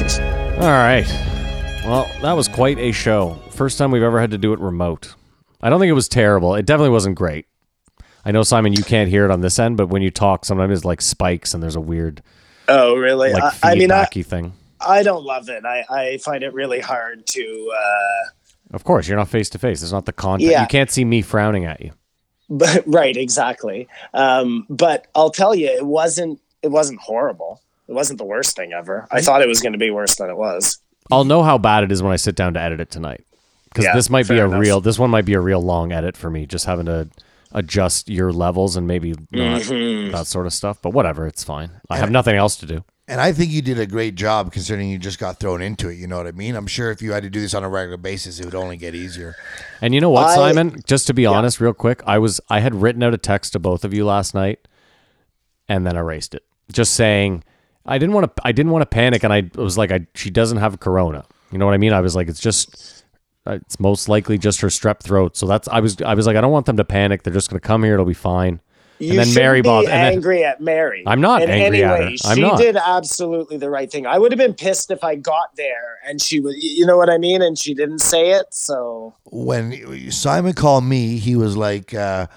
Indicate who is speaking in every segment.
Speaker 1: All right. Well, that was quite a show. First time we've ever had to do it remote. I don't think it was terrible. It definitely wasn't great. I know Simon, you can't hear it on this end, but when you talk, sometimes it's like spikes and there's a weird
Speaker 2: Oh, really?
Speaker 1: like
Speaker 2: I, I mean, I,
Speaker 1: feedbacky thing.
Speaker 2: I don't love it. I, I find it really hard to, uh,
Speaker 1: Of course, you're not face to face. There's not the contact.
Speaker 2: Yeah.
Speaker 1: You can't see me frowning at you.
Speaker 2: but right, exactly. Um, but I'll tell you, it wasn't, it wasn't horrible. It wasn't the worst thing ever.
Speaker 1: Mm-hmm.
Speaker 2: I thought it was going to be worse than it was.
Speaker 1: I'll know how bad it is when I sit down to edit it tonight. Because
Speaker 2: Yeah,
Speaker 1: this might be
Speaker 2: fair
Speaker 1: a
Speaker 2: enough.
Speaker 1: real this one might be a real long edit for me, just having to adjust your levels and maybe not
Speaker 2: Mm-hmm.
Speaker 1: that sort of stuff. But whatever, it's fine. I have nothing else to do.
Speaker 3: And I think you did a great job considering you just got thrown into it. You know what I mean? I'm sure if you had to do this on a regular basis, it would only get easier.
Speaker 1: And you know what,
Speaker 2: I-
Speaker 1: Simon? Just to be honest, real quick, I was I had written out a text to both of you last night, and then erased it, just saying I didn't want to. I didn't want to panic, and I was like, I she doesn't have corona. You know what I mean? I was like, it's just uh, it's most likely just her strep throat. So that's I was I was like, I don't want them to panic. They're just gonna come here. It'll be fine.
Speaker 2: You
Speaker 1: and then
Speaker 2: shouldn't
Speaker 1: Mary
Speaker 2: be
Speaker 1: Bob. And then,
Speaker 2: angry at Mary.
Speaker 1: I'm not
Speaker 2: in
Speaker 1: angry
Speaker 2: any
Speaker 1: at
Speaker 2: way.
Speaker 1: her. I'm
Speaker 2: she
Speaker 1: not.
Speaker 2: did absolutely the right thing. I would have been pissed if I got there and she was, you know what I mean, and she didn't say it. So
Speaker 3: When Simon called me, he was like, uh,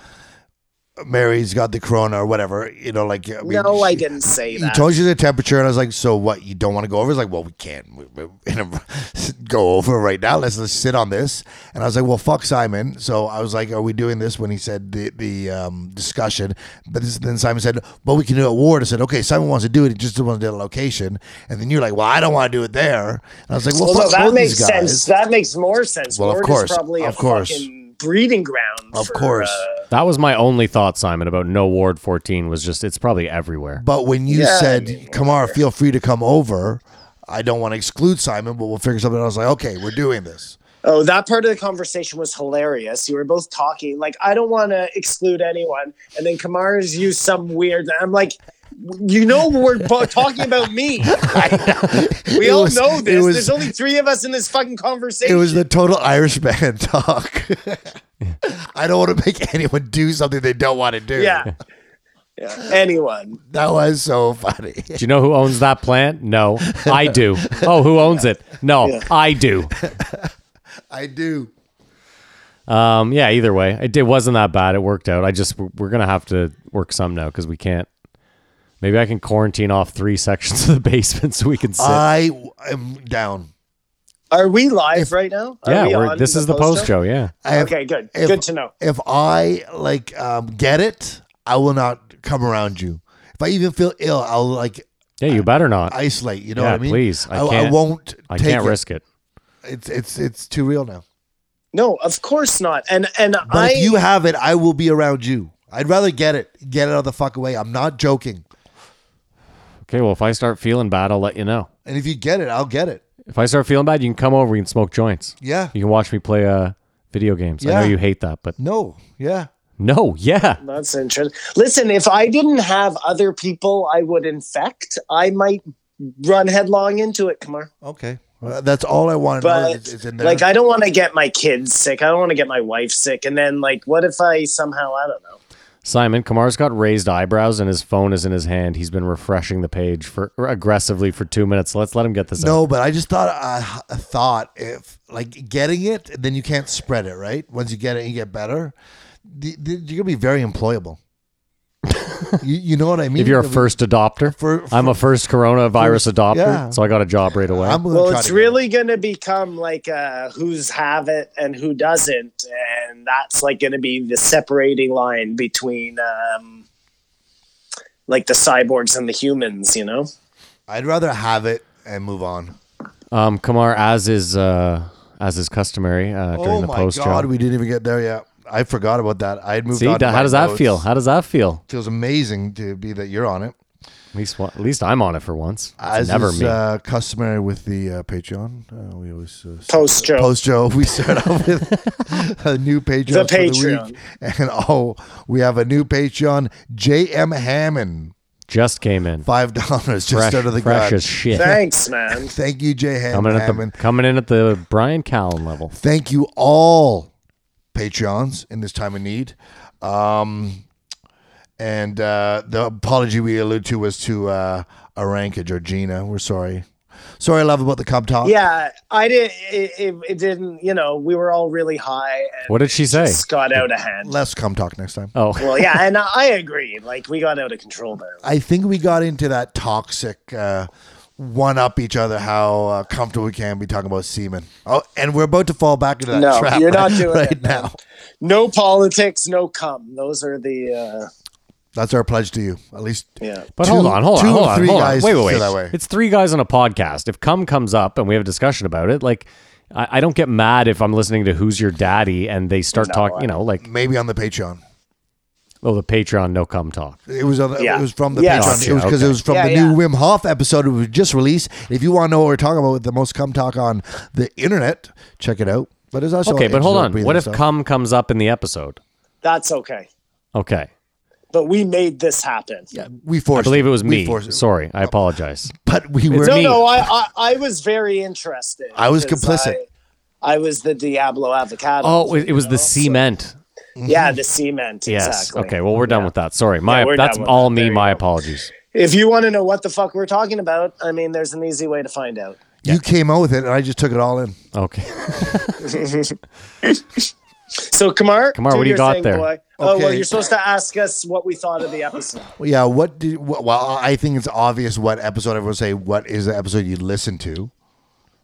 Speaker 3: Mary's got the corona or whatever. You know, like, I mean,
Speaker 2: no, I
Speaker 3: she-
Speaker 2: didn't say
Speaker 3: He
Speaker 2: that.
Speaker 3: told you the temperature, and I was like, "So what? You don't want to go over?" He's like, "Well, we can't we, we, you know, go over right now. Let's let's sit on this." And I was like, "Well, fuck Simon." So I was like, "Are we doing this?" When he said the the um, discussion, but this, then Simon said, "Well, we can do it at Ward." I said, "Okay, Simon wants to do it. He just doesn't want to do it at location." And then you're like, "Well, I don't want to do it there." And I was like, "Well,
Speaker 2: Well,
Speaker 3: fuck
Speaker 2: no, that
Speaker 3: both
Speaker 2: makes
Speaker 3: these guys."
Speaker 2: sense. That makes more sense.
Speaker 3: Well, of
Speaker 2: Florida's
Speaker 3: course,
Speaker 2: probably
Speaker 3: of
Speaker 2: a
Speaker 3: course.
Speaker 2: fucking breeding ground.
Speaker 3: Of
Speaker 2: for,
Speaker 3: course.
Speaker 2: uh,
Speaker 1: that was my only thought, Simon, about no ward 14 was just it's probably everywhere.
Speaker 3: But when you
Speaker 2: Yeah, I
Speaker 3: said,
Speaker 2: mean,
Speaker 3: "Kamara, feel free to come over," I don't want to exclude Simon, but we'll figure something. out. I was like, "Okay, we're doing this."
Speaker 2: oh, that part of the conversation was hilarious. You were both talking like, I don't want to exclude anyone, and then Kamara's used some weird. I'm like. You know we're bo- talking about me. we
Speaker 3: It
Speaker 2: all
Speaker 3: was-
Speaker 2: know
Speaker 3: it
Speaker 2: this.
Speaker 3: was-
Speaker 2: There's only three of us in this fucking
Speaker 3: It
Speaker 2: conversation.
Speaker 3: was the total Irishman talk. I don't want to make anyone do something they don't want to do.
Speaker 2: yeah. yeah. Anyone.
Speaker 3: That was so funny.
Speaker 1: Do you know who owns that plant? No, I do. Oh, who owns it? No, I do.
Speaker 3: I do.
Speaker 1: Um, yeah, either way, it, it wasn't that bad. It worked out. I just we're, we're gonna have to work some now because we can't. Maybe I can quarantine off three sections of the basement so we can sit.
Speaker 3: I am down.
Speaker 2: Are we live right now? Are
Speaker 1: yeah,
Speaker 2: we
Speaker 1: are
Speaker 2: on
Speaker 1: this is the post show. Yeah,
Speaker 3: I have-
Speaker 2: Okay, good.
Speaker 3: if-
Speaker 2: good to know.
Speaker 3: If I like um, get it, I will not come around you. If I even feel ill, I'll like
Speaker 1: yeah, you better not.
Speaker 3: isolate. You know
Speaker 1: Yeah,
Speaker 3: what I mean?
Speaker 1: please. I
Speaker 3: I,
Speaker 1: can't-
Speaker 3: won't.
Speaker 1: I
Speaker 3: take
Speaker 1: can't
Speaker 3: it.
Speaker 1: risk it.
Speaker 3: It's it's it's too real now.
Speaker 2: No, of course not. And and
Speaker 3: But
Speaker 2: I
Speaker 3: if you have it, I will be around you. I'd rather get it. Get it out of the fuck away. I'm not joking.
Speaker 1: Okay, well, if I start feeling bad, I'll let you know.
Speaker 3: And if you get it, I'll get it.
Speaker 1: If I start feeling bad, you can come over. You can smoke joints.
Speaker 3: Yeah.
Speaker 1: You can watch me play uh video games. I know
Speaker 3: Yeah.
Speaker 1: you hate that, but
Speaker 3: No. Yeah.
Speaker 1: no, yeah.
Speaker 2: that's interesting. Listen, if I didn't have other people I would infect, I might run headlong into it, Kamar.
Speaker 3: Okay. Well, that's all I wanted. to know
Speaker 2: But
Speaker 3: is- is in there.
Speaker 2: like I don't want to get my kids sick. I don't want to get my wife sick. And then like what if I somehow I don't know.
Speaker 1: Simon Kamar's got raised eyebrows and his phone is in his hand. He's been refreshing the page for aggressively for two minutes. Let's let him get this out.
Speaker 3: no, but I just thought I, I thought if like getting it, then you can't spread it, right? Once you get it, you get better. The- the- You're gonna be very employable. you, you know what I mean?
Speaker 1: If you're a
Speaker 3: You'll be-
Speaker 1: first adopter,
Speaker 3: for,
Speaker 1: I'm a first coronavirus adopter,
Speaker 3: yeah.
Speaker 1: so I got a job right away.
Speaker 3: I'm gonna
Speaker 2: Well,
Speaker 3: try
Speaker 2: it's
Speaker 3: to get it.
Speaker 2: really going to become like uh, who's have it and who doesn't, and that's like going to be the separating line between um, like the cyborgs and the humans. You know,
Speaker 3: I'd rather have it and move on.
Speaker 1: um, Kamar, as is uh, as is customary uh, during
Speaker 3: Oh
Speaker 1: the
Speaker 3: my
Speaker 1: post
Speaker 3: god,
Speaker 1: job.
Speaker 3: we didn't even get there yet. I forgot about that. I had moved
Speaker 1: See,
Speaker 3: on. to
Speaker 1: da-
Speaker 3: my
Speaker 1: how does that
Speaker 3: notes.
Speaker 1: feel? How does that feel?
Speaker 3: Feels amazing to be that you're on it.
Speaker 1: At least, one, at least I'm on it for once. It's
Speaker 3: As
Speaker 1: never
Speaker 3: is
Speaker 1: me.
Speaker 3: uh, customary with the uh, Patreon, uh, we always uh,
Speaker 2: post Joe.
Speaker 3: post Joe, we start off with a new Patreon.
Speaker 2: The
Speaker 3: for
Speaker 2: Patreon.
Speaker 3: week. And oh, we have a new Patreon, J.M. Hammond,
Speaker 1: Just came in,
Speaker 3: $5 just
Speaker 1: fresh,
Speaker 3: out of the
Speaker 1: fresh
Speaker 3: ground.
Speaker 1: as shit.
Speaker 2: Thanks, man.
Speaker 3: Thank you, J. Ham-
Speaker 1: Coming in, at the,
Speaker 3: Hammond.
Speaker 1: coming in at the Brian Callen level.
Speaker 3: Thank you all, Patreons, in this time of need. Um, and uh, the apology we alluded to was to uh, Aranka Georgina. We're sorry. Sorry, I love about the cub talk.
Speaker 2: Yeah, I did. It, it, it didn't. You know, we were all really high. And
Speaker 1: What did she say?
Speaker 2: Just got out of hand.
Speaker 3: Less cum talk next time.
Speaker 1: Oh,
Speaker 2: well, yeah, and I agree. Like we got out of control there.
Speaker 3: I think we got into that toxic uh, one up each other, how uh, comfortable we can be talking about semen. Oh, and we're about to fall back into that
Speaker 2: No,
Speaker 3: trap.
Speaker 2: you're not doing
Speaker 3: right
Speaker 2: it, man.
Speaker 3: now.
Speaker 2: No politics, no cum. Those are the uh,
Speaker 3: That's our pledge to you. At least
Speaker 2: yeah.
Speaker 1: but
Speaker 3: Two-
Speaker 1: hold on, hold on,
Speaker 3: two or
Speaker 1: hold on,
Speaker 3: three
Speaker 1: hold on.
Speaker 3: guys
Speaker 1: Wait, wait,
Speaker 3: feel
Speaker 1: wait.
Speaker 3: that way.
Speaker 1: It's three guys on a podcast. If cum comes up and we have a discussion about it, like I, I don't get mad if I'm listening to Who's Your Daddy and they start
Speaker 2: No,
Speaker 1: talking.
Speaker 2: I-
Speaker 1: You know, like
Speaker 3: maybe on the Patreon.
Speaker 1: oh, the Patreon no cum talk.
Speaker 3: It was on the,
Speaker 2: Yeah.
Speaker 3: it was from the
Speaker 2: Yes.
Speaker 3: Patreon. It was because
Speaker 1: Gotcha,
Speaker 3: it was from
Speaker 2: okay.
Speaker 3: the
Speaker 2: Yeah,
Speaker 3: new Wim Hof episode we just released. If you want to know what we're talking about, with the most cum talk on the internet, check it out. But it's also
Speaker 1: Okay, but
Speaker 3: it's
Speaker 1: hold
Speaker 3: about
Speaker 1: on.
Speaker 3: breathing
Speaker 1: What if
Speaker 3: stuff.
Speaker 1: cum comes up in the episode?
Speaker 2: That's okay.
Speaker 1: Okay,
Speaker 2: But we made this happen.
Speaker 3: Yeah, we forced?
Speaker 1: I believe it was
Speaker 3: We
Speaker 1: me.
Speaker 3: forced it.
Speaker 1: Sorry, I apologize.
Speaker 3: but we were.
Speaker 2: no,
Speaker 1: me.
Speaker 2: no, I, I, I was very interested.
Speaker 3: I was
Speaker 2: 'cause
Speaker 3: complicit.
Speaker 2: I, I was the Diablo avocado.
Speaker 1: Oh, it, it was
Speaker 2: you
Speaker 1: the
Speaker 2: know, so-
Speaker 1: cement.
Speaker 2: Yeah, the cement.
Speaker 1: Yes.
Speaker 2: Exactly.
Speaker 1: Okay. Well, we're done
Speaker 2: Yeah.
Speaker 1: with that. Sorry, my
Speaker 2: Yeah, we're
Speaker 1: that's
Speaker 2: done with
Speaker 1: all
Speaker 2: that.
Speaker 1: me.
Speaker 2: There you
Speaker 1: My
Speaker 2: go.
Speaker 1: apologies.
Speaker 2: If you want to know what the fuck we're talking about, I mean, there's an easy way to find out.
Speaker 3: You came out with it, and I just took it all in.
Speaker 1: Okay.
Speaker 2: So, Kamar,
Speaker 1: Kumar, what do you
Speaker 2: your
Speaker 1: got
Speaker 2: thing,
Speaker 1: there?
Speaker 2: Oh, well,
Speaker 3: Okay.
Speaker 2: you're supposed to ask us what we thought of the episode.
Speaker 3: Well, yeah. What did? wh- Well, I think it's obvious what episode everyone say. What is the episode you listen to?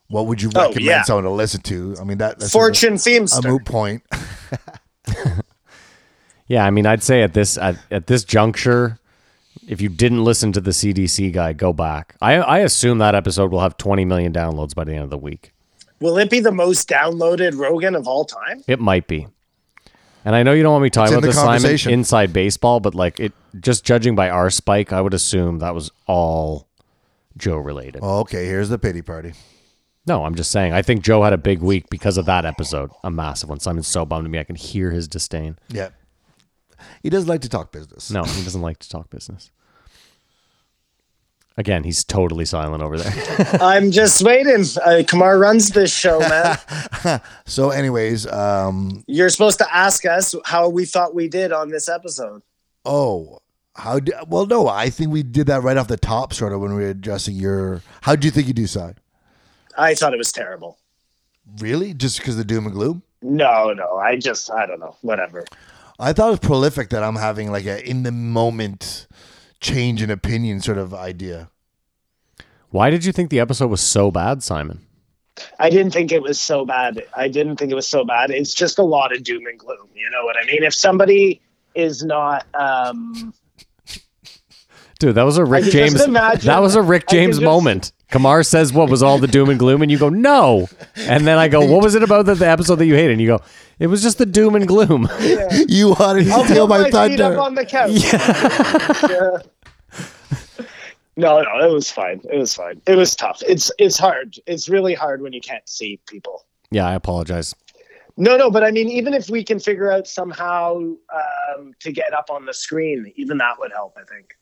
Speaker 3: What would you
Speaker 2: Oh,
Speaker 3: recommend
Speaker 2: yeah.
Speaker 3: someone to listen to? I mean, that that's
Speaker 2: Fortune
Speaker 3: a,
Speaker 2: Themester.
Speaker 3: a moot point.
Speaker 1: Yeah, I mean, I'd say at this at, at this juncture, if you didn't listen to the CDC guy, go back. I I assume that episode will have 20 million downloads by the end of the week.
Speaker 2: Will it be the most downloaded Rogan of all time?
Speaker 1: It might be. And I know you don't want me talking
Speaker 3: in
Speaker 1: about
Speaker 3: the
Speaker 1: this, Simon,
Speaker 3: conversation.
Speaker 1: inside baseball, but like it, just judging by our spike, I would assume that was all Joe related.
Speaker 3: Oh, okay, here's the pity party.
Speaker 1: No, I'm just saying. I think Joe had a big week because of that episode, a massive one. Simon's so bummed at me. I can hear his disdain.
Speaker 3: Yeah, he does like to talk business.
Speaker 1: No, he doesn't like to talk business. Again, he's totally silent over there.
Speaker 2: I'm just waiting. Uh, Kamar runs this show, man.
Speaker 3: So, anyways, um,
Speaker 2: You're supposed to ask us how we thought we did on this episode.
Speaker 3: oh, how? Do, well, no, I think we did that right off the top, sort of when we were addressing your. How do you think you do, side?
Speaker 2: I thought it was terrible.
Speaker 3: Really, just because the doom and gloom?
Speaker 2: No, no, I just, I don't know, whatever.
Speaker 3: I thought it was prolific that I'm having like a in the moment change in opinion sort of idea.
Speaker 1: Why did you think the episode was so bad, Simon?
Speaker 2: I didn't think it was so bad. I didn't think it was so bad. It's just a lot of doom and gloom. You know what I mean? If somebody is not, um,
Speaker 1: Dude, that was a Rick
Speaker 2: can
Speaker 1: James.
Speaker 2: just imagine-
Speaker 1: That was a Rick
Speaker 2: I can
Speaker 1: James
Speaker 2: just-
Speaker 1: moment. Kamar says, "What was all the doom and gloom?" And you go, "No." And then I go, "What was it about the, the episode that you hated?" And you go, "It was just the doom and gloom."
Speaker 3: You wanted to
Speaker 2: I'll
Speaker 3: steal
Speaker 2: put
Speaker 3: my,
Speaker 2: my, feet up
Speaker 3: thunder.
Speaker 2: on the couch. Yeah. No, no, it was fine. It was fine. It was tough. It's it's hard. It's really hard when you can't see people.
Speaker 1: yeah, I apologize.
Speaker 2: No, no, but I mean, even if we can figure out somehow um, to get up on the screen, even that would help. I think.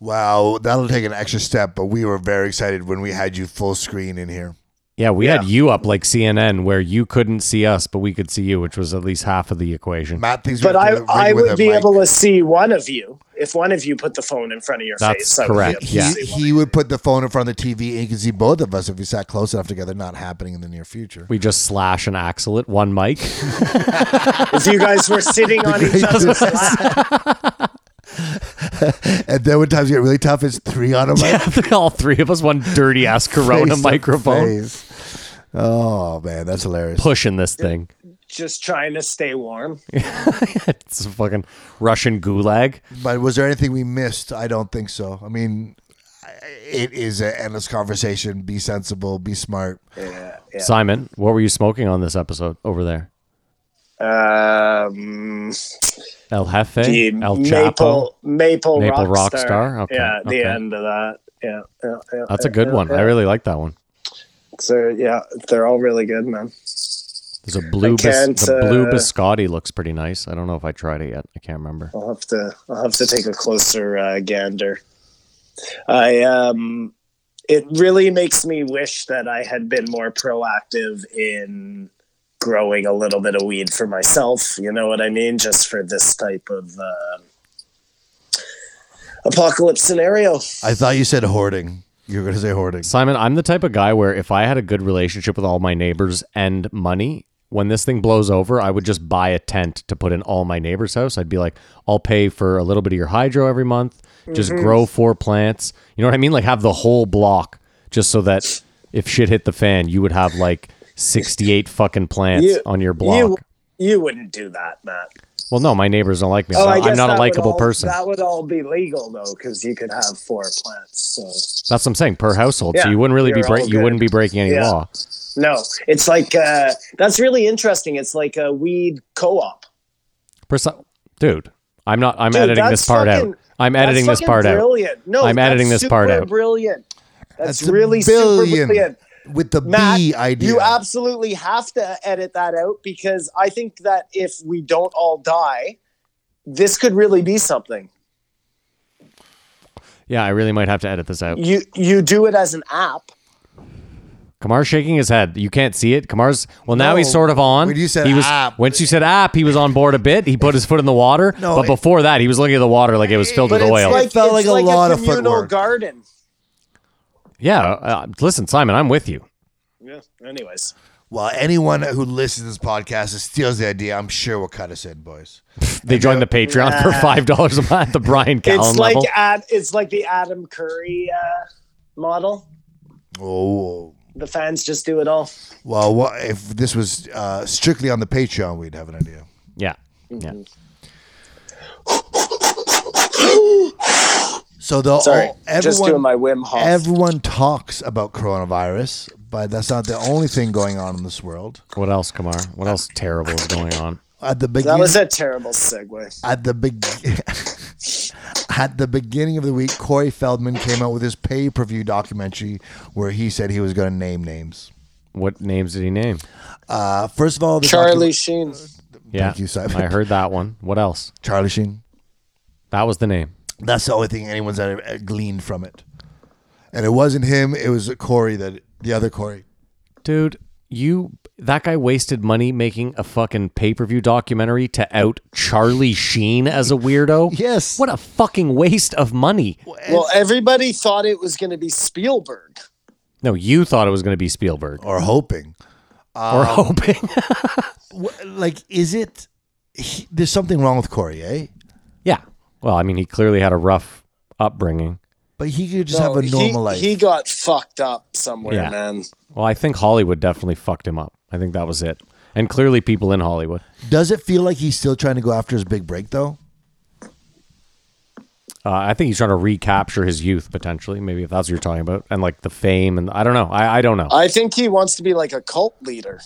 Speaker 3: wow, that'll take an extra step, but we were very excited when we had you full screen in here.
Speaker 1: Yeah, we had
Speaker 2: Yeah.
Speaker 1: you up like CNN, where you couldn't see us, but we could see you, which was at least half of the equation.
Speaker 3: Matt thinks we
Speaker 2: But
Speaker 3: have
Speaker 2: I,
Speaker 3: to ring
Speaker 2: I
Speaker 3: with
Speaker 2: would
Speaker 3: a
Speaker 2: be
Speaker 3: mic.
Speaker 2: able to see one of you if one of you put the phone in front of your
Speaker 1: That's
Speaker 2: face. I would be
Speaker 1: correct,
Speaker 2: able to
Speaker 3: He,
Speaker 1: yeah.
Speaker 2: see one.
Speaker 3: he would put the phone in front of the TV and you could see both of us if we sat close enough together, not happening in the near future.
Speaker 1: We just slash and axle it one mic.
Speaker 2: If you guys were sitting on each other's lap,
Speaker 3: And then when times get really tough, it's three on a mic.
Speaker 1: All three of us, one dirty ass Corona
Speaker 3: face to
Speaker 1: microphone,
Speaker 3: face. Oh man, that's hilarious.
Speaker 1: pushing this thing.
Speaker 2: just trying to stay warm.
Speaker 1: It's a fucking Russian gulag.
Speaker 3: But was there anything we missed? I don't think so. I mean, it is an endless conversation. Be sensible. Be smart.
Speaker 2: Yeah, yeah.
Speaker 1: Simon, what were you smoking on this episode over there?
Speaker 2: Um,
Speaker 1: El Jefe,
Speaker 2: the
Speaker 1: Eh? El Chapo.
Speaker 2: maple maple,
Speaker 1: Maple
Speaker 2: rock
Speaker 1: Rockstar?
Speaker 2: star.
Speaker 1: Okay,
Speaker 2: Yeah, the
Speaker 1: okay.
Speaker 2: end of that. Yeah, yeah, yeah,
Speaker 1: That's
Speaker 2: yeah,
Speaker 1: a good
Speaker 2: yeah,
Speaker 1: one.
Speaker 2: Yeah.
Speaker 1: I really like that one.
Speaker 2: So yeah, they're all really good, man.
Speaker 1: There's a blue.
Speaker 2: can't,
Speaker 1: Bis- the blue
Speaker 2: uh,
Speaker 1: biscotti looks pretty nice. I don't know if I tried it yet. I can't remember.
Speaker 2: I'll have to I'll have to take a closer uh, gander. I um it really makes me wish that I had been more proactive in growing a little bit of weed for myself, you know what I mean, just for this type of um apocalypse scenario.
Speaker 3: I thought you said hoarding. You're gonna say hoarding.
Speaker 1: Simon, I'm the type of guy where if I had a good relationship with all my neighbors and money, when this thing blows over, I would just buy a tent to put in all my neighbors' house. I'd be like, I'll pay for a little bit of your hydro every month. Just
Speaker 2: Mm-hmm.
Speaker 1: grow four plants. You know what I mean? Like have the whole block just so that if shit hit the fan, you would have like 68 fucking plants
Speaker 2: You-
Speaker 1: on your block.
Speaker 2: You you wouldn't do that, Matt.
Speaker 1: well, no, my neighbors don't like me.
Speaker 2: Oh,
Speaker 1: so
Speaker 2: I
Speaker 1: I'm
Speaker 2: guess
Speaker 1: not
Speaker 2: that
Speaker 1: a
Speaker 2: would
Speaker 1: likable
Speaker 2: all-
Speaker 1: person.
Speaker 2: That would all be legal though, because you could have four plants. So
Speaker 1: That's what I'm saying per household. so
Speaker 2: Yeah,
Speaker 1: you wouldn't really be
Speaker 2: you're
Speaker 1: break
Speaker 2: all
Speaker 1: you wouldn't be
Speaker 2: good.
Speaker 1: breaking any
Speaker 2: Yeah.
Speaker 1: law.
Speaker 2: no, it's like uh, that's really interesting. It's like a weed co-op.
Speaker 1: Perso- dude, I'm not. I'm
Speaker 2: Dude,
Speaker 1: editing this
Speaker 2: that's
Speaker 1: part
Speaker 2: fucking-
Speaker 1: out. I'm editing this
Speaker 2: That's fucking
Speaker 1: part out.
Speaker 2: brilliant. No,
Speaker 1: I'm
Speaker 2: that's
Speaker 1: editing this part
Speaker 2: super
Speaker 1: out.
Speaker 2: Brilliant. That's,
Speaker 3: That's a
Speaker 2: really
Speaker 3: billion.
Speaker 2: super brilliant.
Speaker 3: With the
Speaker 2: Matt,
Speaker 3: B idea.
Speaker 2: You absolutely have to edit that out because I think that if we don't all die, this could really be something.
Speaker 1: Yeah, I really might have to edit this out.
Speaker 2: You you do it as an app.
Speaker 1: Kamar's shaking his head. You can't see it. Kamar's well now
Speaker 3: No,
Speaker 1: he's sort of on.
Speaker 3: when you said
Speaker 1: he was
Speaker 3: app-
Speaker 1: once you said app, he was on board a bit. He put his foot in the water,
Speaker 3: No,
Speaker 1: but
Speaker 3: it-
Speaker 1: before that, he was looking at the water like it was filled
Speaker 2: But it's
Speaker 1: with oil.
Speaker 2: like
Speaker 3: It felt
Speaker 2: it's
Speaker 3: like a
Speaker 2: like a,
Speaker 3: lot of
Speaker 2: communal
Speaker 3: footwork.
Speaker 2: garden.
Speaker 1: yeah, uh, listen, Simon, I'm with you.
Speaker 2: Yeah. Anyways,
Speaker 3: well, anyone who listens to this podcast and steals the idea, I'm sure will cut us in, boys.
Speaker 1: They joined the Patreon for
Speaker 2: Yeah.
Speaker 1: five dollars a month. The Brian Callen
Speaker 2: it's like
Speaker 1: level.
Speaker 2: ad, it's like the Adam Curry uh, model.
Speaker 3: Oh.
Speaker 2: The fans just do it all.
Speaker 3: Well, what, if this was uh, strictly on the Patreon, we'd have an idea.
Speaker 1: Yeah, yeah.
Speaker 3: So the
Speaker 2: Sorry,
Speaker 3: all-
Speaker 2: just doing
Speaker 3: everyone
Speaker 2: my Wim Hof.
Speaker 3: everyone talks about coronavirus, but that's not the only thing going on in this world.
Speaker 1: What else, Kamar? What else terrible is going on?
Speaker 3: At the beginning,
Speaker 2: that was a terrible segue.
Speaker 3: at the beg at the beginning of the week, Corey Feldman came out with his pay per view documentary where he said he was going to name names.
Speaker 1: What names did he name?
Speaker 3: Uh, first of all, the
Speaker 2: Charlie
Speaker 3: docu-
Speaker 2: Sheen.
Speaker 1: Yeah,
Speaker 3: Thank you, Simon.
Speaker 1: I heard that one. What else?
Speaker 3: Charlie Sheen.
Speaker 1: That was the name.
Speaker 3: That's the only thing anyone's ever uh, gleaned from it. And it wasn't him; it was Corey that the other Corey.
Speaker 1: Dude, you that guy wasted money making a fucking pay-per-view documentary to out Charlie Sheen as a weirdo.
Speaker 3: Yes.
Speaker 1: What a fucking waste of money.
Speaker 2: Well, everybody thought it was going to be Spielberg.
Speaker 1: No, you thought it was going to be Spielberg
Speaker 3: or hoping.
Speaker 1: or
Speaker 2: Um.
Speaker 1: hoping.
Speaker 3: Wh- Like, is it? He, there's something wrong with Corey, eh?
Speaker 1: yeah. Well, I mean, he clearly had a rough upbringing.
Speaker 3: But he could just
Speaker 2: No,
Speaker 3: have a
Speaker 2: he-
Speaker 3: normal life.
Speaker 2: He got fucked up somewhere,
Speaker 1: Yeah.
Speaker 2: man.
Speaker 1: Well, I think Hollywood definitely fucked him up. I think that was it. And clearly people in Hollywood.
Speaker 3: Does it feel like he's still trying to go after his big break, though?
Speaker 1: Uh, I think he's trying to recapture his youth potentially, maybe if that's what you're talking about, and like the fame and I don't know. I, I don't know.
Speaker 2: I think he wants to be like a cult leader.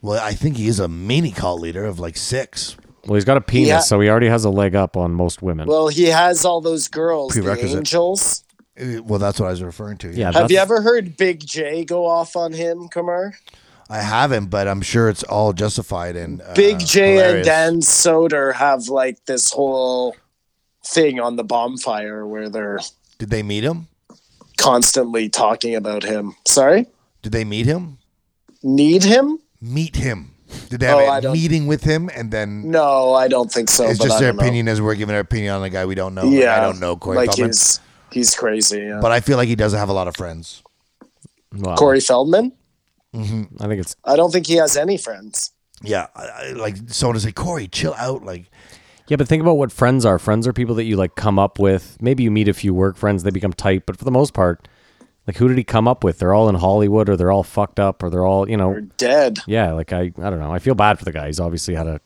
Speaker 3: Well, I think he is a mini cult leader of like six.
Speaker 1: well, he's got a penis,
Speaker 2: Yeah.
Speaker 1: so he already has a leg up on most women.
Speaker 2: Well, he has all those girls, the
Speaker 3: Prerequisite.
Speaker 2: angels.
Speaker 3: Uh, Well, that's what I was referring to.
Speaker 1: yeah.
Speaker 2: Have
Speaker 1: that's-
Speaker 2: you ever heard Big J go off on him, Kumar?
Speaker 3: I haven't, but I'm sure it's all justified and uh,
Speaker 2: Big J and
Speaker 3: hilarious.
Speaker 2: Dan Soder have like this whole thing on the bonfire where they're
Speaker 3: Did they meet him?
Speaker 2: constantly talking about him. Sorry?
Speaker 3: Did they meet him?
Speaker 2: Need him?
Speaker 3: Meet him. Did they have
Speaker 2: Oh, I
Speaker 3: a
Speaker 2: don't-
Speaker 3: meeting with him and then
Speaker 2: No, I don't think so.
Speaker 3: it's
Speaker 2: but
Speaker 3: just
Speaker 2: I
Speaker 3: their
Speaker 2: don't know.
Speaker 3: opinion as we're giving our opinion on a guy we don't know? Like,
Speaker 2: Yeah,
Speaker 3: I don't know Corey
Speaker 2: Like
Speaker 3: Feldman,
Speaker 2: he's he's crazy. Yeah.
Speaker 3: but um, I feel like he doesn't have a lot of friends.
Speaker 1: Well,
Speaker 2: Corey Feldman.
Speaker 1: I think it's
Speaker 2: I don't think he has any friends.
Speaker 3: Yeah, I, I, like someone to say, Corey, chill out. Like
Speaker 1: yeah, but think about what friends are. Friends are people that you like come up with. Maybe you meet a few work friends, they become tight, but for the most part, like who did he come up with? They're all in Hollywood, or they're all fucked up, or they're all you know.
Speaker 2: They're dead.
Speaker 1: Yeah, like I, I don't know. I feel bad for the guy. He's obviously had a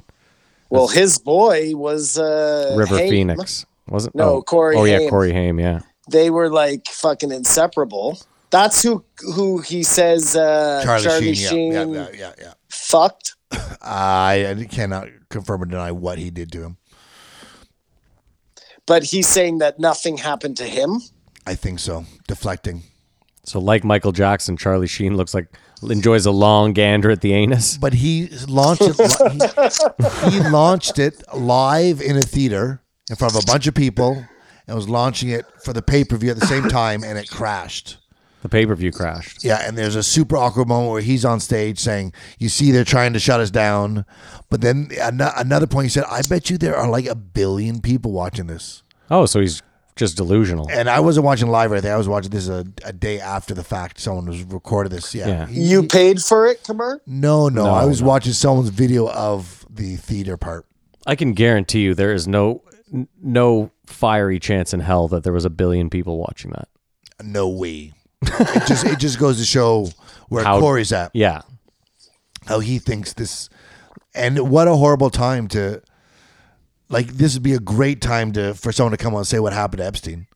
Speaker 2: Well, his boy was uh,
Speaker 1: River
Speaker 2: Haim.
Speaker 1: Phoenix, wasn't?
Speaker 2: No,
Speaker 1: oh.
Speaker 2: Corey
Speaker 1: Oh yeah,
Speaker 2: Haim.
Speaker 1: Corey Haim. Yeah,
Speaker 2: They were like fucking inseparable. That's who who he says uh,
Speaker 3: Charlie,
Speaker 2: Charlie,
Speaker 3: Sheen,
Speaker 2: Sheen,
Speaker 3: Yeah, yeah, yeah, yeah. yeah.
Speaker 2: fucked.
Speaker 3: I, I cannot confirm or deny what he did to him.
Speaker 2: But he's saying that nothing happened to him.
Speaker 3: I think so. Deflecting.
Speaker 1: so like Michael Jackson, Charlie Sheen looks like enjoys a long gander at the anus.
Speaker 3: But he launched it. li- he, he launched it live in a theater in front of a bunch of people, and was launching it for the pay per view at the same time, and it crashed.
Speaker 1: The pay per view crashed.
Speaker 3: Yeah, and there's a super awkward moment where he's on stage saying, "You see, they're trying to shut us down," but then an- another point he said, "I bet you there are like a billion people watching this."
Speaker 1: Oh, so he's just delusional.
Speaker 3: And I wasn't watching live or anything. I was watching this a, a day after the fact. Someone was recorded this. Yeah.
Speaker 1: Yeah.
Speaker 3: He-
Speaker 2: You paid for it, Kamar?
Speaker 3: no, no,
Speaker 1: No,
Speaker 3: I was
Speaker 1: no.
Speaker 3: watching someone's video of the theater part.
Speaker 1: I can guarantee you there is no n- no fiery chance in hell that there was a billion people watching that.
Speaker 3: No way. it just it just goes to show where
Speaker 1: How-
Speaker 3: Corey's at.
Speaker 1: Yeah.
Speaker 3: How he thinks this, and what a horrible time to. Like this would be a great time to for someone to come on and say what happened to Epstein.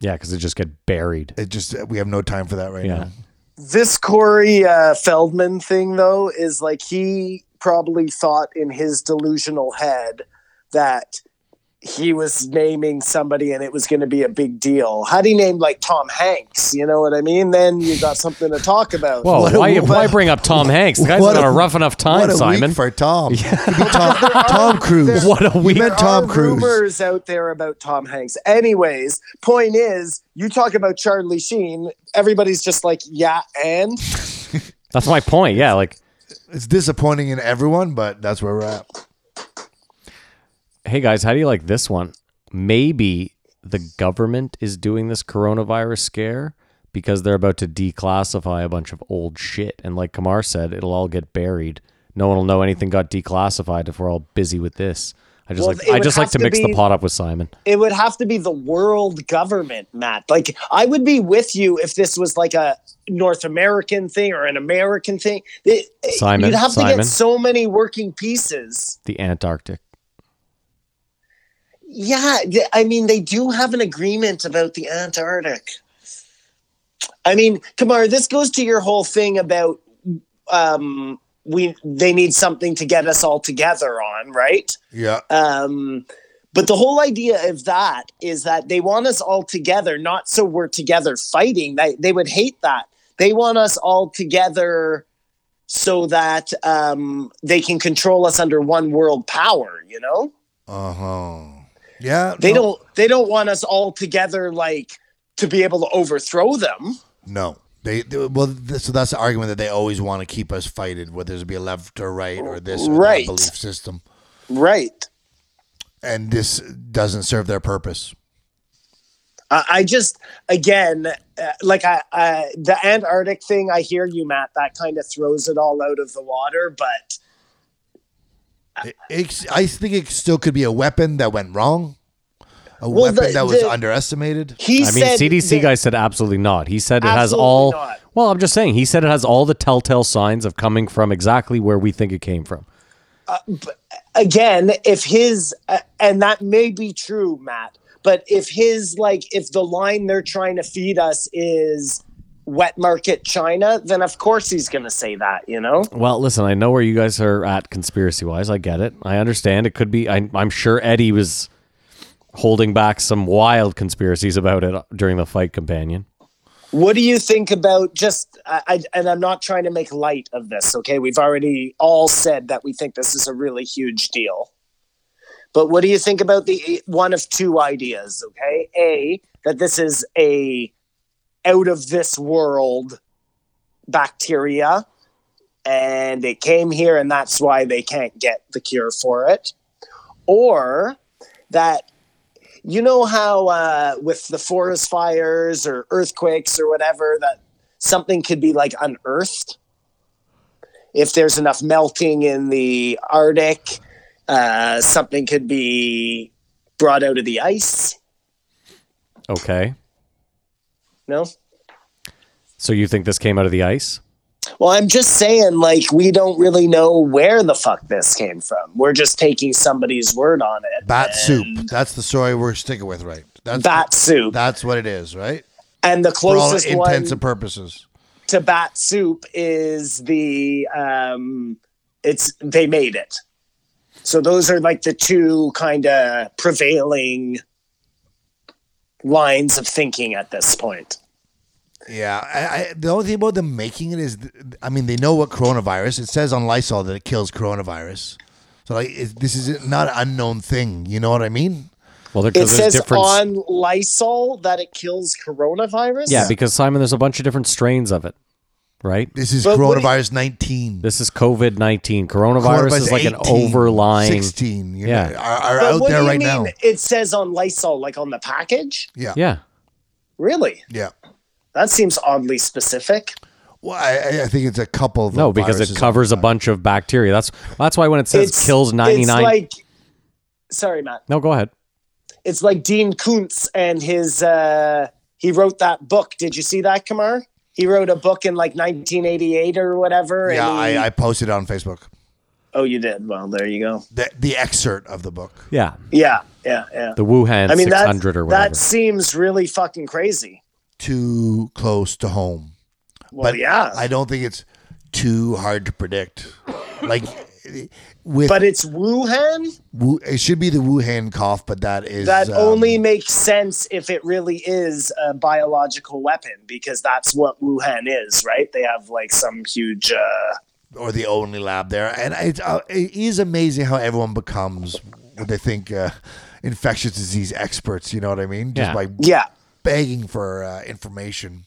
Speaker 1: Yeah, cuz it just get buried.
Speaker 3: It just we have no time for that right
Speaker 1: Yeah.
Speaker 3: now.
Speaker 2: This Corey uh, Feldman thing, though, is like he probably thought in his delusional head that he was naming somebody and it was going to be a big deal. Had he named like Tom Hanks, you know what I mean? Then you got something to talk about.
Speaker 1: Whoa,
Speaker 3: What a-
Speaker 1: why,
Speaker 3: what-
Speaker 1: why bring up Tom Hanks? The guy's
Speaker 3: what
Speaker 1: got a,
Speaker 3: a-
Speaker 1: rough enough
Speaker 3: what
Speaker 1: time,
Speaker 3: a
Speaker 1: Simon.
Speaker 3: week for Tom. Could be Tom, Tom Cruise.
Speaker 1: What a week.
Speaker 3: You meant Tom
Speaker 2: are
Speaker 3: Cruise.
Speaker 2: rumors out there about Tom Hanks. Anyways, point is, you talk about Charlie Sheen, everybody's just like, yeah, and
Speaker 1: That's my point. Yeah, like
Speaker 3: It's disappointing in everyone, but that's where we're at.
Speaker 1: hey guys, how do you like this one? Maybe the government is doing this coronavirus scare because they're about to declassify a bunch of old shit. And like Kamar said, it'll all get buried. No one will know anything got declassified if we're all busy with this. I just
Speaker 2: Well,
Speaker 1: like
Speaker 2: it
Speaker 1: I
Speaker 2: would
Speaker 1: just like
Speaker 2: have
Speaker 1: to
Speaker 2: to
Speaker 1: mix the
Speaker 2: be-
Speaker 1: pot up with Simon.
Speaker 2: it would have to be the world government, Matt. Like, I would be with you if this was like a North American thing or an American thing. It- it-
Speaker 1: Simon,
Speaker 2: you'd have to
Speaker 1: Simon.
Speaker 2: get so many working pieces.
Speaker 1: The Antarctic.
Speaker 2: Yeah, th- I mean, they do have an agreement about the Antarctic. I mean, Kamar, this goes to your whole thing about um, we they need something to get us all together on, right?
Speaker 3: Yeah.
Speaker 2: Um, but the whole idea of that is that they want us all together, not so we're together fighting. They, they would hate that. They want us all together so that um, they can control us under one world power, you know?
Speaker 3: Uh huh. Yeah.
Speaker 2: They
Speaker 3: no,
Speaker 2: don't they don't want us all together like to be able to overthrow them.
Speaker 3: No. They, they- well, th- so that's the argument that they always want to keep us fighted, whether it's be a left or right or this or that
Speaker 2: Right.
Speaker 3: belief system,
Speaker 2: Right.
Speaker 3: and this doesn't serve their purpose.
Speaker 2: I I just again, uh, like I, I, the Antarctic thing. I hear you, Matt. That kind of throws it all out of the water. But
Speaker 3: It, it's- I think it still could be a weapon that went wrong, a
Speaker 2: Well,
Speaker 3: weapon
Speaker 2: the-
Speaker 3: that was
Speaker 2: the-
Speaker 3: underestimated.
Speaker 2: he
Speaker 1: I mean,
Speaker 2: said
Speaker 1: CDC
Speaker 2: that-
Speaker 1: guy said absolutely not. He said it has
Speaker 2: Absolutely
Speaker 1: all.
Speaker 2: not.
Speaker 1: Well, I'm just saying. He said it has all the telltale signs of coming from exactly where we think it came from.
Speaker 2: again. If his uh, and that may be true, Matt. But if his like, if the line they're trying to feed us is wet market China, then of course he's going to say that. You know.
Speaker 1: Well, listen, I know where you guys are at conspiracy wise. I get it. I understand. It could be. I, I'm sure Eddie was holding back some wild conspiracies about it during the fight companion.
Speaker 2: What do you think about just? I, I, and I'm not trying to make light of this. Okay, we've already all said that we think this is a really huge deal. But what do you think about the e, one of two ideas? Okay, a that this is a out of this world bacteria, and it came here, and that's why they can't get the cure for it, or that you know how uh, with the forest fires or earthquakes or whatever that something could be like unearthed if there's enough melting in the arctic uh, something could be brought out of the ice
Speaker 1: Okay.
Speaker 2: no
Speaker 1: So you think this came out of the ice?
Speaker 2: well i'm just saying like we don't really know where the fuck this came from we're just taking somebody's word on it
Speaker 3: Bat soup. That's the story we're sticking with, right? That's
Speaker 2: bat soup
Speaker 3: that's what it is, right?
Speaker 2: and the
Speaker 3: For all
Speaker 2: closest one
Speaker 3: intents and purposes.
Speaker 2: to bat soup is the um it's they made it so those are like the two kind of prevailing lines of thinking at this point
Speaker 3: Yeah, I, I, the only thing about them making it is, th- I mean, they know what coronavirus. It says on Lysol that it kills coronavirus, so like it, this is not an unknown thing. You know what I mean?
Speaker 1: Well, there,
Speaker 2: it
Speaker 1: 'cause there's
Speaker 2: says
Speaker 1: different.
Speaker 2: on lysol that it kills coronavirus
Speaker 1: yeah, because Simon, there's a bunch of different strains of it, right?
Speaker 3: This is
Speaker 2: But what do you-
Speaker 3: coronavirus 19.
Speaker 1: This is COVID nineteen. Coronavirus, is like an
Speaker 3: 18,
Speaker 1: overlying.
Speaker 3: 16. You
Speaker 1: Yeah.
Speaker 3: know, are, are
Speaker 2: But
Speaker 3: out
Speaker 2: what
Speaker 3: there
Speaker 2: do you
Speaker 3: right
Speaker 2: mean
Speaker 3: now.
Speaker 2: it says on Lysol, like on the package?
Speaker 3: Yeah. Yeah.
Speaker 1: Yeah,
Speaker 2: Really? That seems oddly specific.
Speaker 3: Well, I, I- I think it's a couple of
Speaker 1: no, because it
Speaker 3: viruses.
Speaker 1: covers a bunch of bacteria. That's that's why when it says kills ninety nine.
Speaker 2: It's like, sorry, Matt.
Speaker 1: no, go ahead.
Speaker 2: It's like Dean Kuntz and his. Uh, he wrote that book. Did you see that, Kamar? He wrote a book in like 1988 or whatever.
Speaker 3: Yeah,
Speaker 2: and he-
Speaker 3: I, I posted it on Facebook
Speaker 2: oh, you did. Well, there you go.
Speaker 3: the, the excerpt of the book.
Speaker 1: Yeah,
Speaker 2: Yeah, yeah, yeah.
Speaker 1: the Wuhan
Speaker 2: I mean,
Speaker 1: six
Speaker 2: that
Speaker 1: hundred or whatever.
Speaker 2: that seems really fucking crazy.
Speaker 3: Too close to home.
Speaker 2: Well, yeah,
Speaker 3: I don't think it's too hard to predict. Like with
Speaker 2: but it's Wuhan.
Speaker 3: Wu- it should be the Wuhan cough, but that is
Speaker 2: That
Speaker 3: um,
Speaker 2: only makes sense if it really is a biological weapon, because that's what Wuhan is, right? They have like some huge. Uh,
Speaker 3: or the only lab there, and it, uh, it is amazing how everyone becomes what they think uh, infectious disease experts. You know what I mean? Just
Speaker 1: Yeah.
Speaker 3: by
Speaker 2: yeah.
Speaker 3: begging for uh, information.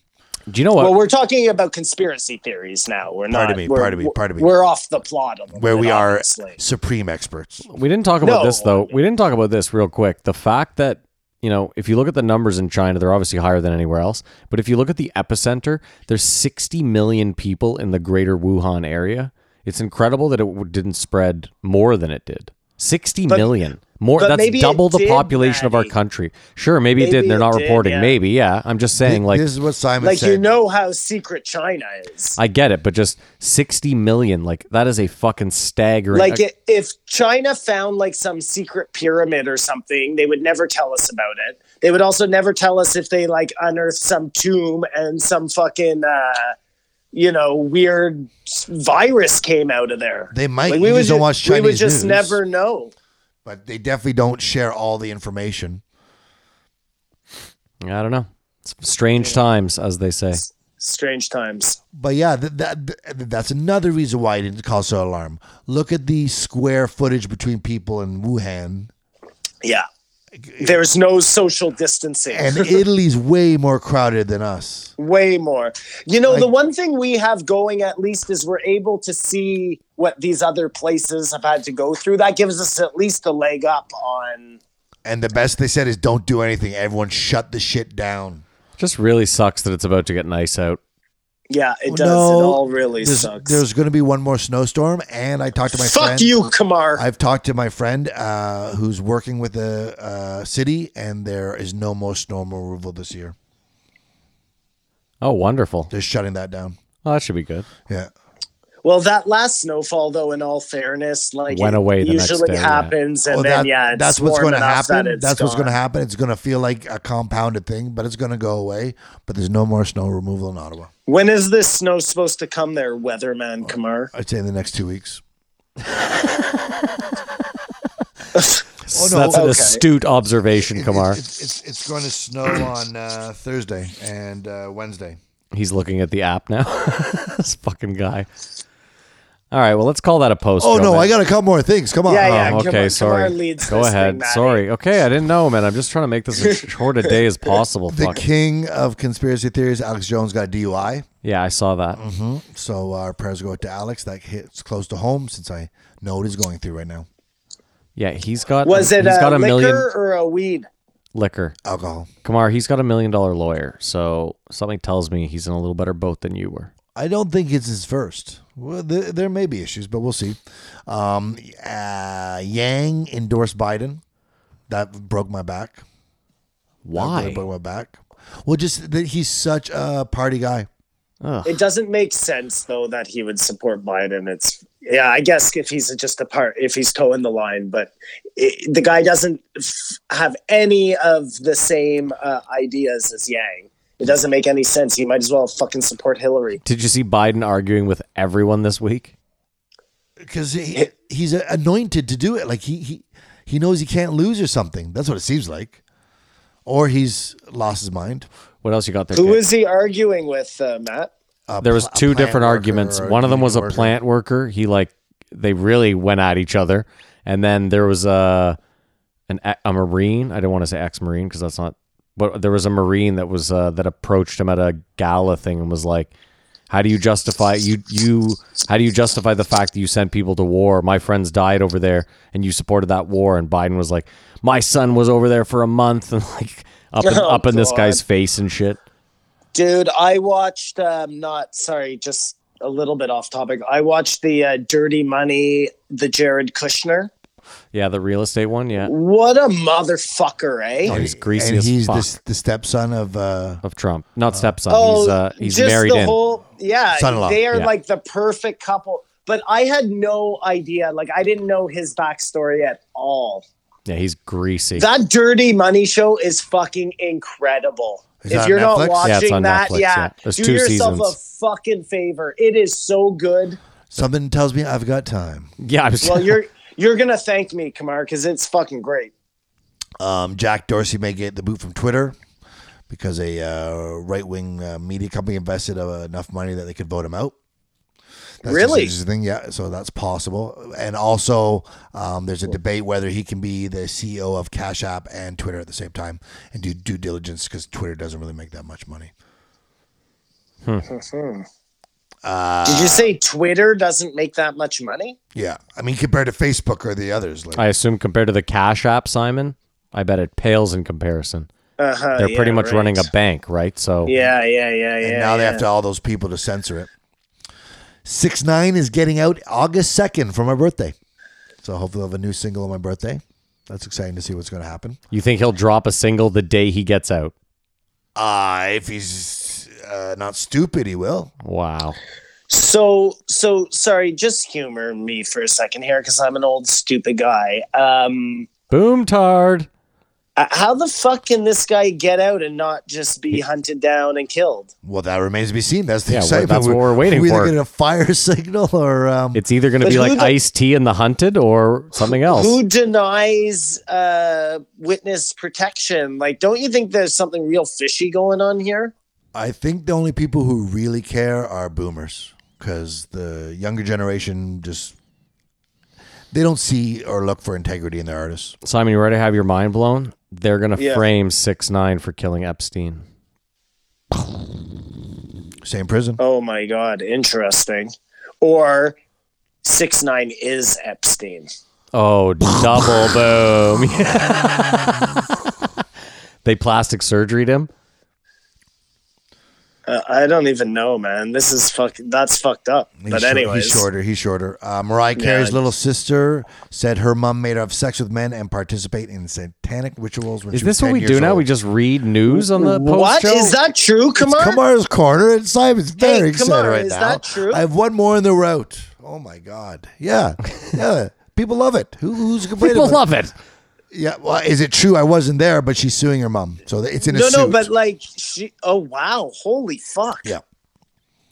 Speaker 1: Do you know what?
Speaker 2: Well, we're talking about conspiracy theories now. We're not.
Speaker 3: Pardon me,
Speaker 2: We're,
Speaker 3: pardon me, pardon me.
Speaker 2: We're off the plot a little
Speaker 3: Where
Speaker 2: bit,
Speaker 3: we are
Speaker 2: obviously.
Speaker 3: supreme experts.
Speaker 1: We didn't talk about
Speaker 2: No.
Speaker 1: this though. We didn't talk about this real quick. The fact that you know, if you look at the numbers in China, they're obviously higher than anywhere else. But if you look at the epicenter, there's 60 million people in the greater Wuhan area. It's incredible that it w- didn't spread more than it did. Sixty million more.
Speaker 2: but
Speaker 1: That's
Speaker 2: maybe it
Speaker 1: double the
Speaker 2: did,
Speaker 1: population of our
Speaker 2: Maddie.
Speaker 1: country. Sure, maybe, it did.
Speaker 2: Maybe
Speaker 1: and They're
Speaker 2: it
Speaker 1: not
Speaker 2: did,
Speaker 1: reporting.
Speaker 2: yeah.
Speaker 1: Maybe, yeah. I'm just saying, like,
Speaker 3: this is what Simon
Speaker 2: Like
Speaker 3: said.
Speaker 2: you know how secret China is.
Speaker 1: I get it, but just 60 million, like, that is a fucking staggering.
Speaker 2: like i if China found like some secret pyramid or something, they would never tell us about it. They would also never tell us if they like unearthed some tomb and some fucking uh, you know weird s- virus came out of there.
Speaker 3: They might.
Speaker 2: Like,
Speaker 3: you just don't
Speaker 2: ju-
Speaker 3: watch
Speaker 2: we would
Speaker 3: Chinese
Speaker 2: just
Speaker 3: news.
Speaker 2: never know.
Speaker 3: But they definitely don't share all the information.
Speaker 1: I don't know. It's strange times, as they say.
Speaker 2: Strange times.
Speaker 3: But yeah, that, that th- that's another reason why it didn't cause an alarm. Look at the square footage between people in Wuhan,
Speaker 2: Yeah. There's no social distancing.
Speaker 3: and Italy's way more crowded than us.
Speaker 2: way more. You know,
Speaker 3: Like-
Speaker 2: the one thing we have going at least is we're able to see what these other places have had to go through. That gives us at least a leg up on.
Speaker 3: And the best they said is don't do anything. Everyone shut the shit down.
Speaker 1: Just really sucks that it's about to get nice out.
Speaker 2: Yeah, it does. it all really
Speaker 3: Oh, there's,
Speaker 2: sucks.
Speaker 3: There's going to be one more snowstorm, and I talked to my
Speaker 2: Fuck
Speaker 3: friend.
Speaker 2: you, Kamar.
Speaker 3: I've talked to my friend uh, who's working with the uh, city, and there is no more snow removal this year.
Speaker 1: Oh, wonderful.
Speaker 3: They're shutting that down.
Speaker 1: Oh, that should be good.
Speaker 3: Yeah.
Speaker 2: well, that last snowfall, though, in all fairness, like
Speaker 1: Went
Speaker 2: it
Speaker 1: away the next
Speaker 2: usually
Speaker 1: day, yeah.
Speaker 2: happens, and
Speaker 3: Well,
Speaker 2: then
Speaker 3: that-
Speaker 2: yeah, it's
Speaker 3: that's what's
Speaker 2: going to
Speaker 3: happen.
Speaker 2: That it's
Speaker 3: that's what's
Speaker 2: gone.
Speaker 3: going to happen. It's going to feel like a compounded thing, but it's going to go away. But there's no more snow removal in Ottawa.
Speaker 2: When is this snow supposed to come, there,
Speaker 3: Oh,
Speaker 2: weatherman Kamar?
Speaker 3: I'd say in the next two weeks.
Speaker 1: So
Speaker 3: Oh, no.
Speaker 1: That's an
Speaker 2: Okay.
Speaker 1: astute observation, Kamar.
Speaker 3: It's it's, it's going to snow on uh, Thursday and uh, Wednesday.
Speaker 1: He's looking at the app now. this fucking guy. All right, well, let's call that a post.
Speaker 3: Oh no,
Speaker 1: Roman.
Speaker 3: I got a couple more things. Come on.
Speaker 2: Yeah, yeah.
Speaker 1: Oh,
Speaker 2: Come on,
Speaker 1: okay,
Speaker 2: Kamar
Speaker 1: sorry.
Speaker 2: leads
Speaker 1: Go
Speaker 2: this thing,
Speaker 1: ahead.
Speaker 2: Maddie.
Speaker 1: sorry. Okay, I didn't know, man. I'm just trying to make this as short a day as possible.
Speaker 3: The
Speaker 1: Fuck.
Speaker 3: king of conspiracy theories, Alex Jones, got a DUI.
Speaker 1: Yeah, I saw that.
Speaker 3: Mm-hmm. So our prayers go out to Alex. That hits close to home since I know what he's going through right now.
Speaker 1: Yeah, he's got.
Speaker 2: Was it
Speaker 1: he's
Speaker 2: a,
Speaker 1: got a
Speaker 2: liquor
Speaker 1: million
Speaker 2: or a weed?
Speaker 1: liquor?
Speaker 3: Alcohol.
Speaker 1: Kamar, he's got a million dollar lawyer. So something tells me he's in a little better boat than you were.
Speaker 3: I don't think it's his first. Well, th- there may be issues, but we'll see. Um, uh, Yang endorsed Biden. That broke my back. That really
Speaker 1: Why?
Speaker 3: broke my back. Well, just that he's such a party guy.
Speaker 2: It doesn't make sense though that he would support Biden. It's yeah, I guess if he's just a part, if he's toeing the line, but it, the guy doesn't f- have any of the same uh, ideas as Yang. It doesn't make any sense. He might as well fucking support Hillary.
Speaker 1: Did you see Biden arguing with everyone this week?
Speaker 3: because he, he's anointed to do it. Like he, he he knows he can't lose or something. That's what it seems like, or he's lost his mind.
Speaker 1: What else you got there?
Speaker 2: Who
Speaker 1: Kate?
Speaker 2: is he arguing with, uh, Matt?
Speaker 3: A
Speaker 1: there was
Speaker 3: pl- a
Speaker 1: two
Speaker 3: plant
Speaker 1: different
Speaker 3: worker
Speaker 1: arguments.
Speaker 3: or
Speaker 1: One of them
Speaker 3: union
Speaker 1: was a
Speaker 3: worker.
Speaker 1: plant worker. He like they really went at each other, and then there was a an a a marine. I don't want to say ex marine because that's not. But there was a marine that was uh, that approached him at a gala thing and was like, How do you justify you you how do you justify the fact that you sent people to war? My friends died over there and you supported that war and Biden was like, "My son was over there for a month and like up in,
Speaker 2: Oh,
Speaker 1: up in this
Speaker 2: God.
Speaker 1: guy's face and shit."
Speaker 2: Dude, I watched um not sorry, just a little bit off topic. I watched the uh, Dirty Money, the Jared Kushner.
Speaker 1: Yeah, the real estate one, yeah.
Speaker 2: What a motherfucker, eh?
Speaker 1: Oh, he's greasy
Speaker 3: and
Speaker 1: as
Speaker 3: he's
Speaker 1: fuck.
Speaker 3: The, the stepson of uh,
Speaker 1: Of Trump, not stepson. he's uh, he's
Speaker 2: oh, just
Speaker 1: married
Speaker 2: the
Speaker 1: in.
Speaker 2: whole yeah.
Speaker 3: Son-in-law,
Speaker 2: They are
Speaker 1: yeah.
Speaker 2: like the perfect couple. But I had no idea. Like I didn't know his backstory at all.
Speaker 1: yeah, he's greasy.
Speaker 2: That Dirty Money show is fucking incredible.
Speaker 3: Is that
Speaker 2: if
Speaker 3: on
Speaker 2: you're
Speaker 3: Netflix?
Speaker 2: not
Speaker 3: Yeah,
Speaker 1: it's
Speaker 2: watching
Speaker 1: on
Speaker 2: that,
Speaker 1: Netflix, yeah.
Speaker 2: yeah,
Speaker 1: There's
Speaker 2: do
Speaker 1: two
Speaker 2: yourself
Speaker 1: seasons.
Speaker 2: a fucking favor. It is so good.
Speaker 3: something tells me I've got time.
Speaker 1: yeah, I was.
Speaker 2: Well, you're you're gonna thank me, Kamar, because it's fucking great.
Speaker 3: Um, Jack Dorsey may get the boot from Twitter because a uh, right wing uh, media company invested uh, enough money that they could vote him out. That's just an
Speaker 2: Really?
Speaker 3: interesting thing, yeah. So that's possible, and also um, there's a debate whether he can be the CEO of Cash App and Twitter at the same time and do due diligence because Twitter doesn't really make that much money. Mm-hmm.
Speaker 2: Did
Speaker 3: Uh,
Speaker 2: you say Twitter doesn't make that much money?
Speaker 3: Yeah, I mean compared to Facebook or the others, like,
Speaker 1: I assume compared to the Cash App, Simon, I bet it pales in comparison.
Speaker 2: Uh-huh,
Speaker 1: They're
Speaker 2: yeah,
Speaker 1: pretty much
Speaker 2: right.
Speaker 1: running a bank, right? So
Speaker 2: Yeah, yeah, yeah, yeah.
Speaker 3: and now they
Speaker 2: yeah.
Speaker 3: have to all those people to censor it. Six nine is getting out August second for my birthday, so hopefully I'll have a new single on my birthday. That's exciting to see what's going to happen.
Speaker 1: you think he'll drop a single the day he gets out?
Speaker 3: Uh, if he's uh, not stupid, he will.
Speaker 1: Wow.
Speaker 2: So, so sorry. Just humor me for a second here, because I'm an old stupid guy. Um,
Speaker 1: Boom tard.
Speaker 2: uh, how the fuck can this guy get out and not just be hunted down and killed?
Speaker 3: Well, that remains to be seen. That's the
Speaker 1: Yeah, well,
Speaker 3: excitement.
Speaker 1: that's what we're waiting
Speaker 3: we
Speaker 1: for.
Speaker 3: either get a fire signal or um,
Speaker 1: It's either going to
Speaker 2: But
Speaker 1: be
Speaker 2: who
Speaker 1: like
Speaker 2: the-
Speaker 1: Ice Tea and the Hunted or something else.
Speaker 2: Who denies uh, witness protection? Like, don't you think there's something real fishy going on here?
Speaker 3: I think the only people who really care are boomers because the younger generation just they don't see or look for integrity in their artists.
Speaker 1: Simon, you ready to have your mind blown? They're going to
Speaker 2: Yeah.
Speaker 1: frame six nine for killing Epstein.
Speaker 3: Same prison.
Speaker 2: Oh my god, interesting. Or six nine is Epstein.
Speaker 1: Oh, double boom. they plastic surgeried him.
Speaker 2: Uh, I don't even know, man. This is fuck. That's fucked up.
Speaker 3: He's
Speaker 2: but
Speaker 3: shor-
Speaker 2: anyways,
Speaker 3: he's shorter. He's shorter. Uh, Mariah Carey's
Speaker 2: Yeah.
Speaker 3: little sister said her mom made her have sex with men and participate in satanic rituals. When
Speaker 1: Is
Speaker 3: she was
Speaker 1: this what
Speaker 3: 10
Speaker 1: we
Speaker 3: years
Speaker 1: do now?
Speaker 3: old.
Speaker 1: We just read news on the post
Speaker 2: What
Speaker 1: show?
Speaker 2: is that true, Kamar?
Speaker 3: Kamar's corner and Simon's very
Speaker 2: Hey,
Speaker 3: excited
Speaker 2: Kamar,
Speaker 3: right
Speaker 2: is
Speaker 3: now.
Speaker 2: that true?
Speaker 3: I have one more in the route. Oh my god! Yeah, yeah. People love it. Who, who's complaining?
Speaker 1: People
Speaker 3: about
Speaker 1: love
Speaker 3: it?
Speaker 1: it.
Speaker 3: Yeah. Well, is it true? I wasn't there, but she's suing her mom, so it's in a
Speaker 2: No,
Speaker 3: suit.
Speaker 2: no, but like she. Oh wow, holy fuck.
Speaker 3: yeah.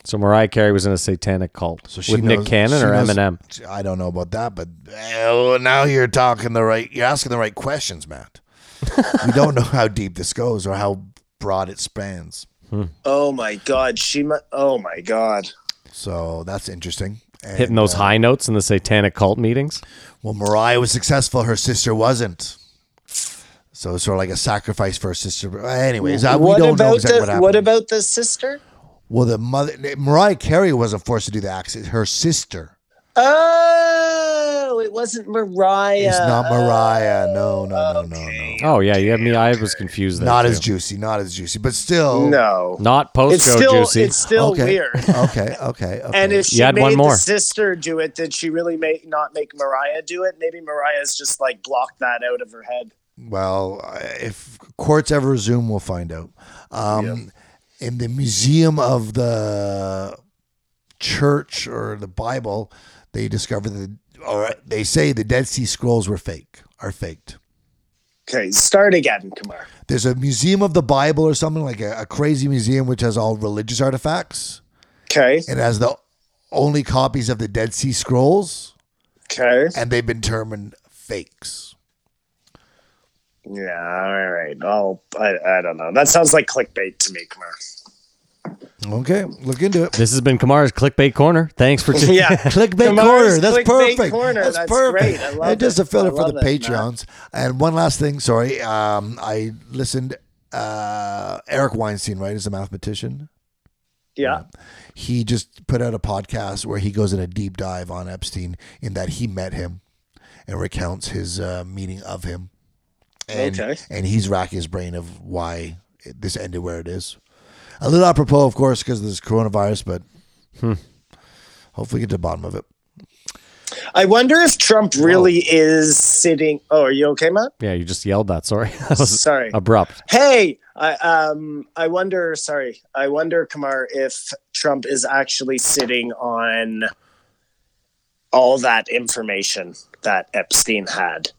Speaker 1: So Mariah Carey was in a satanic cult
Speaker 3: So she
Speaker 1: with Nick
Speaker 3: knows-
Speaker 1: Cannon
Speaker 3: she
Speaker 1: or
Speaker 3: knows-
Speaker 1: Eminem.
Speaker 3: I don't know about that, but oh, now you're talking the right. You're asking the right questions, Matt. we don't know how deep this goes or how broad it spans,
Speaker 2: Oh my god, she. Mu- oh my god.
Speaker 3: so that's interesting. And,
Speaker 1: Hitting those
Speaker 3: uh,
Speaker 1: high notes in the satanic cult meetings.
Speaker 3: well, Mariah was successful. Her sister wasn't. So it's sort of like a sacrifice for her sister. Anyways, I, we
Speaker 2: what
Speaker 3: don't know
Speaker 2: about
Speaker 3: exactly
Speaker 2: the,
Speaker 3: what happened.
Speaker 2: what about the sister?
Speaker 3: well, the mother Mariah Carey wasn't forced to do the acts. Her sister.
Speaker 2: Oh, it wasn't Mariah.
Speaker 3: It's not Mariah. No, no, no, no, no.
Speaker 1: Oh yeah, yeah. Me, I was confused. There
Speaker 3: Not
Speaker 1: too.
Speaker 3: as juicy. Not as juicy. But still.
Speaker 2: No,
Speaker 1: not post
Speaker 2: it's
Speaker 1: show
Speaker 2: still
Speaker 1: juicy.
Speaker 2: it's still
Speaker 3: okay.
Speaker 2: weird.
Speaker 3: okay. Okay. Okay.
Speaker 2: And if she
Speaker 1: You had
Speaker 2: made
Speaker 1: one more.
Speaker 2: the sister do it, did she really make not make Mariah do it? Maybe Mariah's just like blocked that out of her head.
Speaker 3: well, if courts ever resume, we'll find out. Um, In the museum of the church or the Bible, they discovered that, or they say the Dead Sea Scrolls were fake, are faked.
Speaker 2: Okay, start again, Kumar.
Speaker 3: There's a museum of the Bible or something like a, a crazy museum which has all religious artifacts.
Speaker 2: Okay,
Speaker 3: It has the only copies of the Dead Sea Scrolls,
Speaker 2: okay,
Speaker 3: and they've been termed fakes.
Speaker 2: yeah, all right. I'll, I, I don't know. That sounds like clickbait to me, Kumar.
Speaker 3: Okay, look into it.
Speaker 1: this has been Kamara's clickbait corner. Thanks for tuning
Speaker 2: Yeah,
Speaker 3: Clickbait
Speaker 2: Tomorrow's
Speaker 3: corner. That's
Speaker 2: clickbait
Speaker 3: perfect.
Speaker 2: corner.
Speaker 3: That's,
Speaker 2: That's
Speaker 3: perfect.
Speaker 2: great. I love
Speaker 3: and just
Speaker 2: it.
Speaker 3: a
Speaker 2: I
Speaker 3: filler for the
Speaker 2: love it,
Speaker 3: Patreons. And one last thing, sorry. Um, I listened. Uh, Eric Weinstein, right, is a mathematician.
Speaker 2: Yeah.
Speaker 3: He just put out a podcast where he goes in a deep dive on Epstein in that he met him and recounts his uh, meeting of him. And,
Speaker 2: Okay.
Speaker 3: And he's racking his brain of why it, this ended where it is. A little apropos, of course, because of this coronavirus, but hopefully get to the bottom of it.
Speaker 2: I wonder if Trump really is sitting. Oh, are you okay, Matt?
Speaker 1: Yeah, you just yelled that. Sorry. That was
Speaker 2: Sorry.
Speaker 1: Abrupt.
Speaker 2: Hey, I um, I wonder. Sorry, I wonder, Kamar, if Trump is actually sitting on all that information that Epstein had,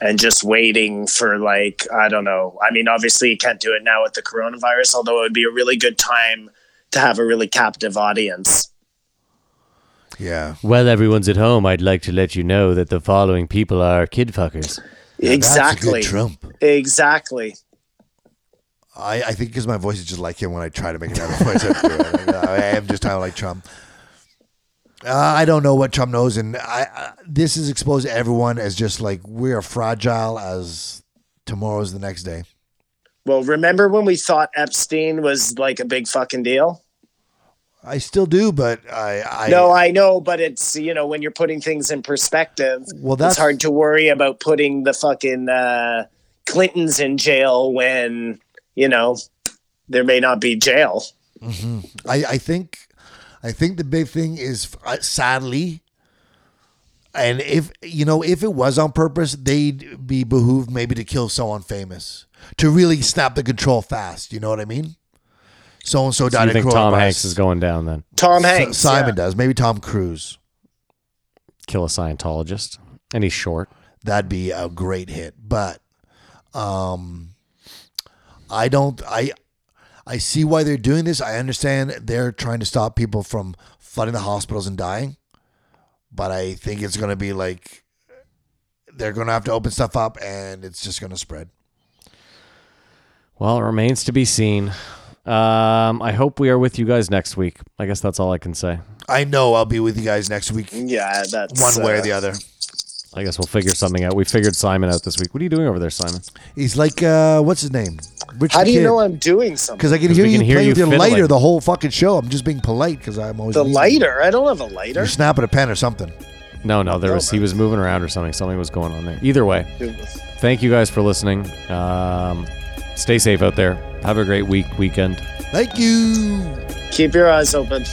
Speaker 2: and just waiting for like I don't know. I mean, obviously, you can't do it now with the coronavirus. Although it would be a really good time to have a really captive audience.
Speaker 3: Yeah.
Speaker 1: Well, everyone's at home. I'd like to let you know that the following people are kid fuckers.
Speaker 3: Yeah, that's a good
Speaker 2: exactly.
Speaker 3: Trump.
Speaker 2: Exactly.
Speaker 3: I, I think because my voice is just like him when I try to make another voice. I, don't do it. uh, I am just kind of like Trump. Uh, I don't know what Trump knows, and I, I this is exposed to everyone as just like we are fragile as tomorrow's the next day.
Speaker 2: Well, remember when we thought Epstein was like a big fucking deal?
Speaker 3: I still do, but I, I
Speaker 2: no, I know, but it's you know when you're putting things in perspective,
Speaker 3: Well,
Speaker 2: well,
Speaker 3: that's-
Speaker 2: that's hard to worry about putting the fucking uh, Clintons in jail when you know there may not be jail.
Speaker 3: I, I think I think the big thing is uh, sadly, and if you know if it was on purpose, they'd be behooved maybe to kill someone famous to really snap the control fast. You know what I mean? So and so
Speaker 1: Do
Speaker 3: died.
Speaker 1: you
Speaker 3: of
Speaker 1: think Tom
Speaker 3: coronavirus.
Speaker 1: Hanks is going down then?
Speaker 2: Tom
Speaker 3: S-
Speaker 2: Hanks,
Speaker 3: Simon
Speaker 2: yeah.
Speaker 3: does. Maybe Tom Cruise.
Speaker 1: Kill a Scientologist. And he's short.
Speaker 3: That'd be a great hit. But um I don't I I see why they're doing this. I understand they're trying to stop people from flooding the hospitals and dying. But I think it's gonna be like they're gonna have to open stuff up and it's just gonna spread.
Speaker 1: Well, it remains to be seen. Um, I hope we are with you guys next week. I guess that's all I can say.
Speaker 3: I know I'll be with you guys next week
Speaker 2: Yeah, that's
Speaker 3: one way or
Speaker 2: uh,
Speaker 3: the other.
Speaker 1: I guess we'll figure something out. We figured Simon out this week. What are you doing over there, Simon?
Speaker 3: He's like uh what's his name? Richard
Speaker 2: How do you
Speaker 3: Kidd.
Speaker 2: know I'm doing something?
Speaker 3: because I can
Speaker 1: 'Cause
Speaker 3: hear
Speaker 1: we
Speaker 3: you
Speaker 1: can hear
Speaker 3: playing
Speaker 1: you
Speaker 3: with your
Speaker 1: fiddling.
Speaker 3: lighter the whole fucking show. I'm just being polite because I'm always
Speaker 2: The
Speaker 3: leaving.
Speaker 2: lighter? I don't have a lighter.
Speaker 3: You're snapping a pen or something.
Speaker 1: No, no, there was he was moving around or something. Something was going on there. Either way, thank you guys for listening. Um, stay safe out there. Have a great week, weekend.
Speaker 3: Thank you.
Speaker 2: Keep your eyes open.